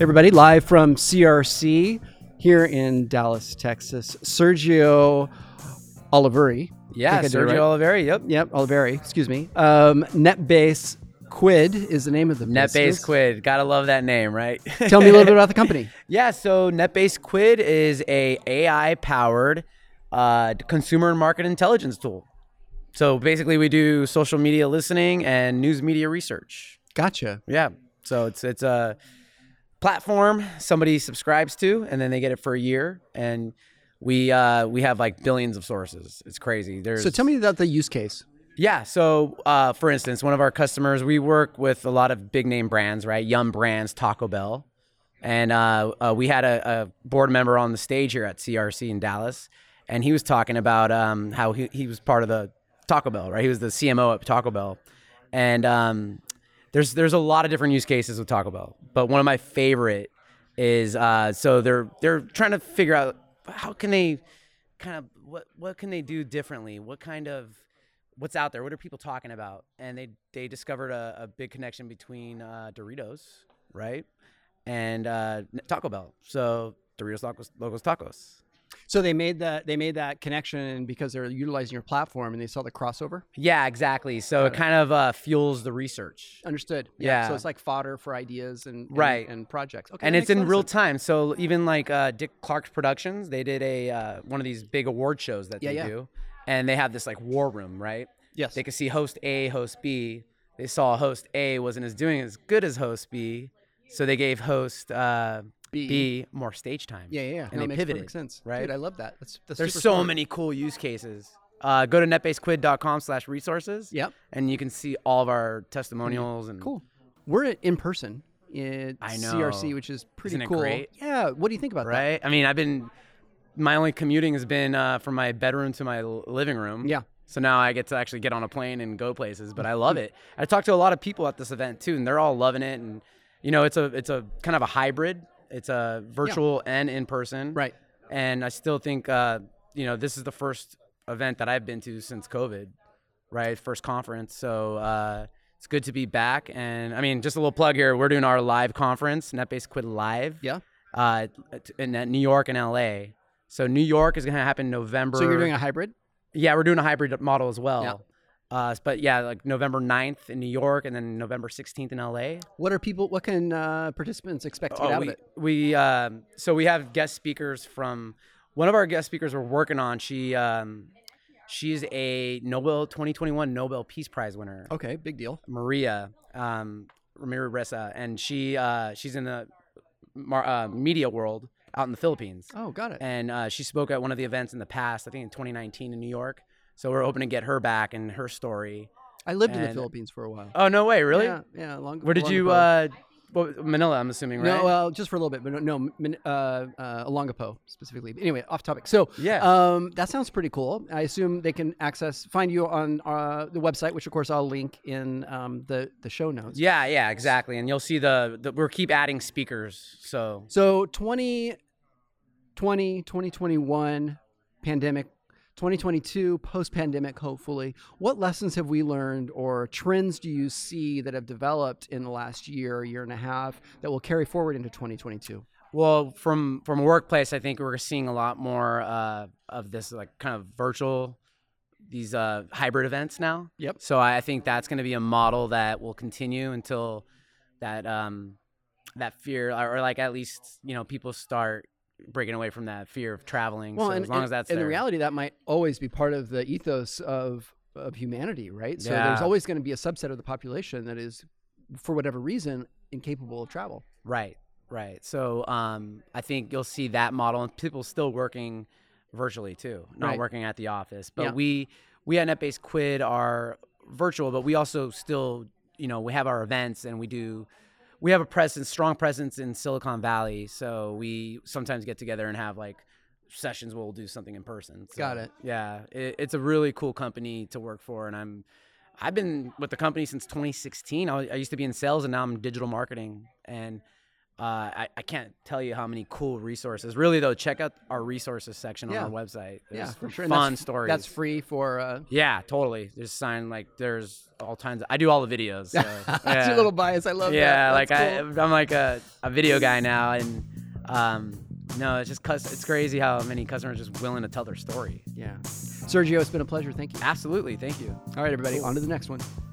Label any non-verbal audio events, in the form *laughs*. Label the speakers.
Speaker 1: everybody, live from CRC here in Dallas, Texas. Sergio Oliveri.
Speaker 2: Yeah,
Speaker 1: think I did it
Speaker 2: Sergio
Speaker 1: right.
Speaker 2: Oliveri. Yep.
Speaker 1: Yep, Oliveri, excuse me. Um, NetBase Quid is the name of the business.
Speaker 2: NetBase Quid. Gotta love that name, right?
Speaker 1: *laughs* Tell me a little bit about the company.
Speaker 2: *laughs* Yeah, so NetBase Quid is a AI powered uh, consumer and market intelligence tool. So basically, we do social media listening and news media research.
Speaker 1: Gotcha.
Speaker 2: Yeah, so it's it's a platform somebody subscribes to, and then they get it for a year, and we uh, we have like billions of sources. It's crazy. There's
Speaker 1: So tell me about the use case.
Speaker 2: yeah. So, uh, for instance, one of our customers, we work with a lot of big name brands, right? Yum Brands, Taco Bell. And uh, uh, we had a, a board member on the stage here at CRC in Dallas, and he was talking about um, how he, he was part of the Taco Bell, right? He was the CMO at Taco Bell. And um, there's, there's a lot of different use cases with Taco Bell, but one of my favorite is uh, so they're, they're trying to figure out how can they kind of what, what can they do differently? What kind of what's out there? What are people talking about? And they they discovered a, a big connection between uh, Doritos, right, and uh, n- Taco Bell. So Doritos, Locos, Locos Tacos.
Speaker 1: So they made that they made that connection because they're utilizing your platform and they saw the crossover.
Speaker 2: Yeah, exactly. So it kind of uh, fuels the research.
Speaker 1: Understood.
Speaker 2: Yeah.
Speaker 1: So it's like fodder for ideas and and-
Speaker 2: Right.
Speaker 1: and, projects. Okay,
Speaker 2: and
Speaker 1: that
Speaker 2: it's
Speaker 1: makes a
Speaker 2: in
Speaker 1: lot
Speaker 2: real
Speaker 1: of sense.
Speaker 2: time. So even like uh, Dick Clark's Productions, they did a uh, one of these big award shows that
Speaker 1: Yeah,
Speaker 2: they
Speaker 1: yeah.
Speaker 2: do, and they have this like war room, right?
Speaker 1: Yes.
Speaker 2: They could see host A, host B. They saw host A wasn't as doing as good as host B, so they gave host uh,
Speaker 1: B.
Speaker 2: B. more stage time.
Speaker 1: yeah, yeah, yeah.
Speaker 2: And
Speaker 1: no, it
Speaker 2: they
Speaker 1: makes
Speaker 2: pivoted.
Speaker 1: perfect sense.
Speaker 2: right?
Speaker 1: Dude, I love that. That's, that's
Speaker 2: There's
Speaker 1: super
Speaker 2: so
Speaker 1: smart.
Speaker 2: many cool use cases. Uh, go to netbasedquid.com/resources.
Speaker 1: Yep.
Speaker 2: And you can see all of our testimonials and
Speaker 1: Mm-hmm. Cool. We're at, in person at
Speaker 2: I
Speaker 1: CRC,
Speaker 2: know.
Speaker 1: which is pretty
Speaker 2: Isn't it
Speaker 1: cool.
Speaker 2: great?
Speaker 1: Yeah. What do you think about that?
Speaker 2: Right. I mean, I've been my only commuting has been uh, from my bedroom to my l- living room.
Speaker 1: Yeah.
Speaker 2: So now I get to actually get on a plane and go places, but I love
Speaker 1: Mm-hmm.
Speaker 2: it. I talked to a lot of people at this event too, and they're all loving it. And you know, it's a it's a kind of a hybrid. It's a virtual and in person.
Speaker 1: Right.
Speaker 2: And I still think uh, you know this is the first event that I've been to since COVID, right? First conference. So uh, it's good to be back. And I mean, just a little plug here. We're doing our live conference, NetBase Quid Live
Speaker 1: Yeah.
Speaker 2: uh, t- in uh, New York and LA. So New York is going to happen November.
Speaker 1: So you're doing a hybrid?
Speaker 2: yeah, we're doing a hybrid model as well. Uh, but yeah, like November 9th in New York and then November 16th in LA.
Speaker 1: What are people? What can uh, participants expect to get out
Speaker 2: Oh, we,
Speaker 1: of it?
Speaker 2: we um, so we have guest speakers from one of our guest speakers we're working on. She um, she's a Nobel 2021 Nobel Peace Prize winner.
Speaker 1: Okay, big deal.
Speaker 2: Maria um, Ramirez Ressa, and she uh, she's in the mar- uh, media world out in the Philippines.
Speaker 1: Oh, got it.
Speaker 2: and uh, she spoke at one of the events in the past, I think in 2019 in New York. So we're hoping to get her back and her story.
Speaker 1: I lived in the
Speaker 2: and-
Speaker 1: Philippines for a while.
Speaker 2: Oh no way, really?
Speaker 1: Yeah, yeah. Long,
Speaker 2: Where did
Speaker 1: long
Speaker 2: you?
Speaker 1: ago.
Speaker 2: Uh, what, Manila, I'm assuming, right?
Speaker 1: No, well, just for a little bit, but no, no Min- uh, uh, Olongapo specifically. But anyway, off topic. So,
Speaker 2: Yeah.
Speaker 1: um, that sounds pretty cool. I assume they can access, find you on uh, the website, which of course I'll link in um, the the show notes.
Speaker 2: yeah, yeah, exactly. And you'll see the, the we'll keep adding speakers. So
Speaker 1: So 2020, 2021 pandemic, 2022 post pandemic, hopefully. What lessons have we learned or trends do you see that have developed in the last year, year and a half that will carry forward into 2022?
Speaker 2: Well, from from a workplace, I think we're seeing a lot more uh, of this like kind of virtual, these uh, hybrid events now.
Speaker 1: Yep.
Speaker 2: So I I think that's going to be a model that will continue until that um, that fear, or, or like at least you know people start breaking away from that fear of traveling. so as long as that's
Speaker 1: in
Speaker 2: there.
Speaker 1: reality, that might always be part of the ethos of of humanity, right? So there's
Speaker 2: Yeah.
Speaker 1: always going to be a subset of the population that is, for whatever reason, incapable of travel.
Speaker 2: Right, right. So um, I think you'll see that model, and people still working virtually too, not
Speaker 1: Right.
Speaker 2: working at the office. But
Speaker 1: Yeah.
Speaker 2: we we at NetBase Quid are virtual, but we also still, you know, we have our events and we do. We have a presence, strong presence in Silicon Valley, so we sometimes get together and have like sessions where we'll do something in person. So,
Speaker 1: Got it.
Speaker 2: Yeah, it, it's a really cool company to work for, and I'm I've been with the company since 2016. I, I used to be in sales and now I'm in digital marketing. And Uh, I, I can't tell you how many cool resources. Really though, check out our resources section
Speaker 1: Yeah.
Speaker 2: on our website. There's
Speaker 1: yeah, for sure. And
Speaker 2: Fun
Speaker 1: that's,
Speaker 2: stories.
Speaker 1: That's free for uh,
Speaker 2: yeah, totally. There's sign like there's all kinds. Of, I do all the videos. So,
Speaker 1: *laughs* that's
Speaker 2: yeah.
Speaker 1: your little bias. I love
Speaker 2: yeah,
Speaker 1: that.
Speaker 2: like I,
Speaker 1: That's cool.
Speaker 2: I'm like a, a video guy now, and um, no, it's just cus- it's crazy how many customers are just willing to tell their story.
Speaker 1: yeah. Sergio, it's been a pleasure. Thank you.
Speaker 2: Absolutely, thank you.
Speaker 1: All right, everybody, on to the next one.